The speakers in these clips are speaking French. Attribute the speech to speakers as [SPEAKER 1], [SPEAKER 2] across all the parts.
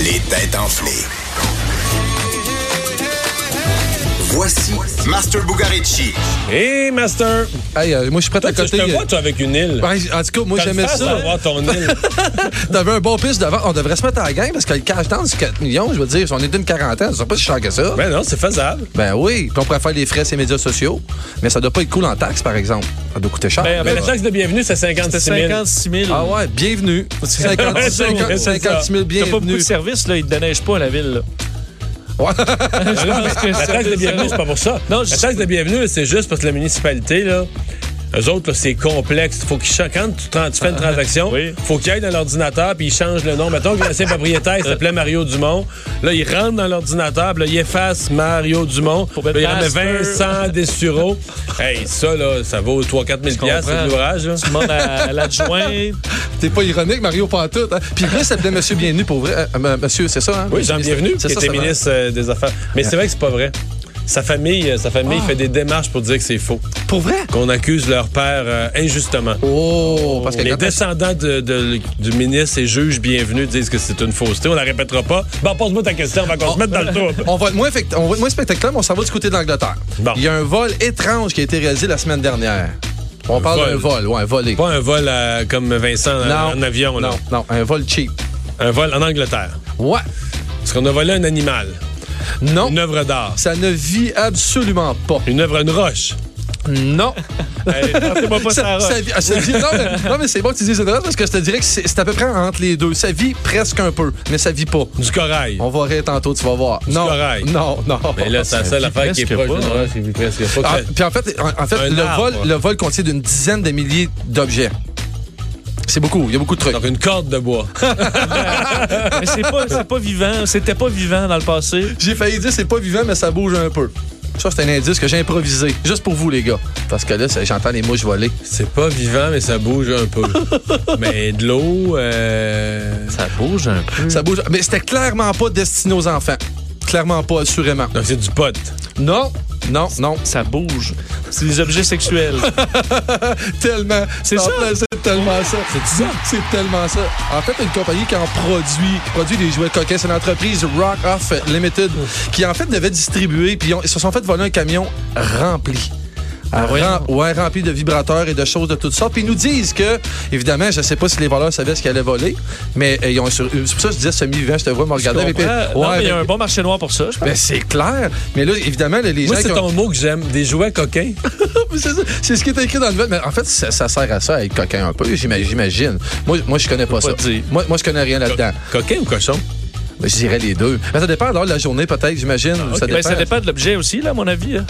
[SPEAKER 1] Les têtes enflées. Voici Master Bugarici.
[SPEAKER 2] Hey, Master!
[SPEAKER 3] Hey, euh, moi, je suis prêt
[SPEAKER 2] Toi,
[SPEAKER 3] à
[SPEAKER 2] tu- je
[SPEAKER 3] côté.
[SPEAKER 2] te vois, toi, avec une île.
[SPEAKER 3] Ouais, en tout cas, moi,
[SPEAKER 2] T'as le
[SPEAKER 3] j'aimais
[SPEAKER 2] face
[SPEAKER 3] ça.
[SPEAKER 2] d'avoir ton île.
[SPEAKER 3] T'avais un bon pitch devant. On devrait se mettre à la gang parce que le cash down, c'est 4 millions. Je veux dire, si on est d'une quarantaine, c'est pas si cher que ça.
[SPEAKER 2] ben non, c'est faisable.
[SPEAKER 3] Ben oui. Puis on pourrait faire les frais sur les médias sociaux. Mais ça doit pas être cool en taxe, par exemple. Ça doit coûter cher.
[SPEAKER 2] Ben, ben, la taxe de bienvenue, c'est 56 000.
[SPEAKER 4] 56 000.
[SPEAKER 3] Ah ouais, bienvenue. 50,
[SPEAKER 2] Ouais, c'est
[SPEAKER 3] 50,
[SPEAKER 2] vrai, c'est
[SPEAKER 3] 56 000,
[SPEAKER 4] T'as pas beaucoup de
[SPEAKER 3] bienvenue.
[SPEAKER 4] services, là. Ils te déneigent pas à la ville, là.
[SPEAKER 3] Ouais.
[SPEAKER 4] Je pense que
[SPEAKER 2] Ben La
[SPEAKER 4] c'est-
[SPEAKER 2] taxe de bienvenue, Ah, c'est pas pour ça.
[SPEAKER 4] Non,
[SPEAKER 2] la
[SPEAKER 4] je-
[SPEAKER 2] taxe de bienvenue, là, c'est juste parce que la municipalité, là, eux autres, là, c'est complexe. Faut qu'ils changent. Quand tu, tran- tu fais une transaction,
[SPEAKER 4] Oui.
[SPEAKER 2] faut qu'ils aillent dans l'ordinateur puis ils changent le nom. Mettons que l'ancien propriétaire il s'appelait Mario Dumont. Là, ils rentrent dans l'ordinateur, puis là, ils effacent Mario Dumont.
[SPEAKER 4] Pour
[SPEAKER 2] Là,
[SPEAKER 4] mettre
[SPEAKER 2] ils remettent
[SPEAKER 4] Master.
[SPEAKER 2] Vincent Dessureau. Hey, ça, là, ça vaut 3-4 000 piastres,
[SPEAKER 4] comprends.
[SPEAKER 2] c'est de l'ouvrage. là.
[SPEAKER 4] Tu demandes à, à l'adjoint.
[SPEAKER 3] T'es pas ironique, Mario Pantoute. hein? Puis lui, ça s'appelait Monsieur Bienvenue pour vrai. Euh, euh, monsieur, c'est ça, hein?
[SPEAKER 2] Oui, Jean Bienvenu, qui
[SPEAKER 3] C'est ça,
[SPEAKER 2] était
[SPEAKER 3] ça,
[SPEAKER 2] ministre euh, des Affaires. Mais c'est vrai que c'est pas vrai. Sa famille, euh, sa famille
[SPEAKER 3] Ah.
[SPEAKER 2] fait des démarches pour dire que c'est faux,
[SPEAKER 3] Pour vrai?
[SPEAKER 2] qu'on accuse leur père euh, injustement.
[SPEAKER 3] Oh, parce que
[SPEAKER 2] Les
[SPEAKER 3] quand
[SPEAKER 2] descendants de- de- du ministre et juges bienvenus disent que c'est une fausseté. On la répétera pas. Bon, pose-moi ta question, on va
[SPEAKER 3] Oh.
[SPEAKER 2] qu'on se mette dans le trouble.
[SPEAKER 3] On va être moins, effect- on va être moins spectaculaire, mais on s'en va du côté de l'Angleterre.
[SPEAKER 2] Bon.
[SPEAKER 3] Il y a un vol étrange qui a été réalisé la semaine dernière. On parle
[SPEAKER 2] vol.
[SPEAKER 3] d'un vol, ouais, un volé.
[SPEAKER 2] Pas un vol euh, comme Vincent en, en avion, là.
[SPEAKER 3] Non, non, un vol cheap.
[SPEAKER 2] Un vol en Angleterre.
[SPEAKER 3] Ouais.
[SPEAKER 2] Parce qu'on a volé un animal,
[SPEAKER 3] Non.
[SPEAKER 2] une œuvre d'art,
[SPEAKER 3] Ça ne vit absolument pas.
[SPEAKER 2] une œuvre, une roche.
[SPEAKER 3] Non.
[SPEAKER 2] Hey, pensez-moi pas ça, roche.
[SPEAKER 3] Ça vit- ah, ça vit- non, mais, non, mais c'est bon que tu dises une erreur parce que je te dirais que c'est c'est à peu près entre les deux. Ça vit presque un peu, mais ça vit pas.
[SPEAKER 2] Du corail.
[SPEAKER 3] On va rire tantôt, tu vas voir. Non.
[SPEAKER 2] corail.
[SPEAKER 3] Non, non.
[SPEAKER 2] Mais là, c'est la seule affaire qui est proche d'une roche, il vit presque pas.
[SPEAKER 3] hein. Ah, puis en fait, en, en fait
[SPEAKER 2] Un
[SPEAKER 3] le,
[SPEAKER 2] arbre.
[SPEAKER 3] vol, le vol contient d'une dizaine de milliers d'objets. C'est beaucoup, il y a beaucoup de trucs.
[SPEAKER 2] Donc, une corde de bois.
[SPEAKER 4] Mais c'est pas, c'est pas vivant. C'était pas vivant dans le passé.
[SPEAKER 3] J'ai failli dire c'est pas vivant, mais ça bouge un peu. Ça, c'est un indice que j'ai improvisé, juste pour vous, les gars. Parce que là, ça- j'entends les mouches voler.
[SPEAKER 2] C'est pas vivant, mais ça bouge un peu. mais de l'eau, euh...
[SPEAKER 4] Ça bouge un peu.
[SPEAKER 3] Ça bouge. Mais c'était clairement pas destiné aux enfants. Clairement pas, assurément.
[SPEAKER 2] Donc, c'est du pot.
[SPEAKER 3] Non, non, non.
[SPEAKER 4] Ça bouge. C'est des objets sexuels.
[SPEAKER 3] Tellement.
[SPEAKER 4] C'est
[SPEAKER 3] En
[SPEAKER 4] ça?
[SPEAKER 3] plein, C'est tellement ça. C'est ça? C'est tellement ça. En fait, une compagnie qui en produit, qui produit des jouets coquins, c'est l'entreprise Rock Off Limited, qui en fait devait distribuer, puis ils ont- ils se sont fait voler un camion rempli. Rem- ouais, rempli de vibrateurs et de choses de toutes sortes. Puis ils nous disent que, évidemment, je sais pas si les voleurs savaient ce qu'ils allaient voler, mais euh, ils ont sur- C'est pour ça que je disais semi-vivant, je te vois me regarder avec
[SPEAKER 4] Comprends? Non, mais il y a
[SPEAKER 3] mais-
[SPEAKER 4] un bon marché noir pour ça. je pense.
[SPEAKER 3] ben, c'est clair. Mais là, évidemment, là, les
[SPEAKER 2] Moi,
[SPEAKER 3] gens.
[SPEAKER 2] c'est
[SPEAKER 3] qui ont-
[SPEAKER 2] ton mot que j'aime. Des jouets coquins.
[SPEAKER 3] Mais c'est ça. C'est ce qui est écrit dans le nouvelle. Mais en fait, ça, ça sert à ça, à être coquin un peu, j'ima- j'imagine. Moi, moi, je connais pas ça.
[SPEAKER 4] te dire.
[SPEAKER 3] Moi, moi, je connais rien là-dedans.
[SPEAKER 2] Coquin ou cochon?
[SPEAKER 3] Ben, Je dirais les deux. Mais ça dépend alors de la journée, peut-être, j'imagine. ça,
[SPEAKER 4] Ben,
[SPEAKER 3] dépend.
[SPEAKER 4] ça dépend de l'objet aussi, là, à mon avis. hein.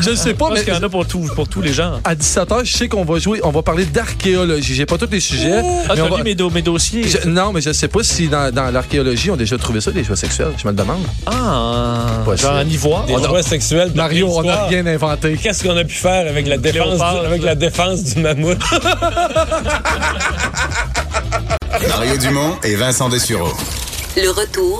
[SPEAKER 3] Je ne sais
[SPEAKER 4] Je
[SPEAKER 3] pas,
[SPEAKER 4] pense
[SPEAKER 3] mais
[SPEAKER 4] qu'il y en a pour, tout, pour tous les genres.
[SPEAKER 3] à 17h, je sais qu'on va jouer, on va parler d'archéologie. J'ai pas tous les sujets.
[SPEAKER 4] Ah,
[SPEAKER 3] mais
[SPEAKER 4] t'as
[SPEAKER 3] on va-
[SPEAKER 4] lu mes, do- mes dossiers.
[SPEAKER 3] Je- non, mais je sais pas si dans, dans l'archéologie, on a déjà trouvé ça, des jouets sexuels. Je me le demande.
[SPEAKER 4] Ah,
[SPEAKER 3] Possible.
[SPEAKER 4] genre en ivoire.
[SPEAKER 2] Des
[SPEAKER 3] On a-
[SPEAKER 2] jouets sexuels. de
[SPEAKER 3] Mario, on n'a
[SPEAKER 2] préhistoire.
[SPEAKER 3] rien inventé.
[SPEAKER 2] Qu'est-ce qu'on a pu faire avec la défense,
[SPEAKER 4] Léopard,
[SPEAKER 2] du, avec la défense du mammouth?
[SPEAKER 1] Mario Dumont et Vincent Dessureau.
[SPEAKER 5] Le retour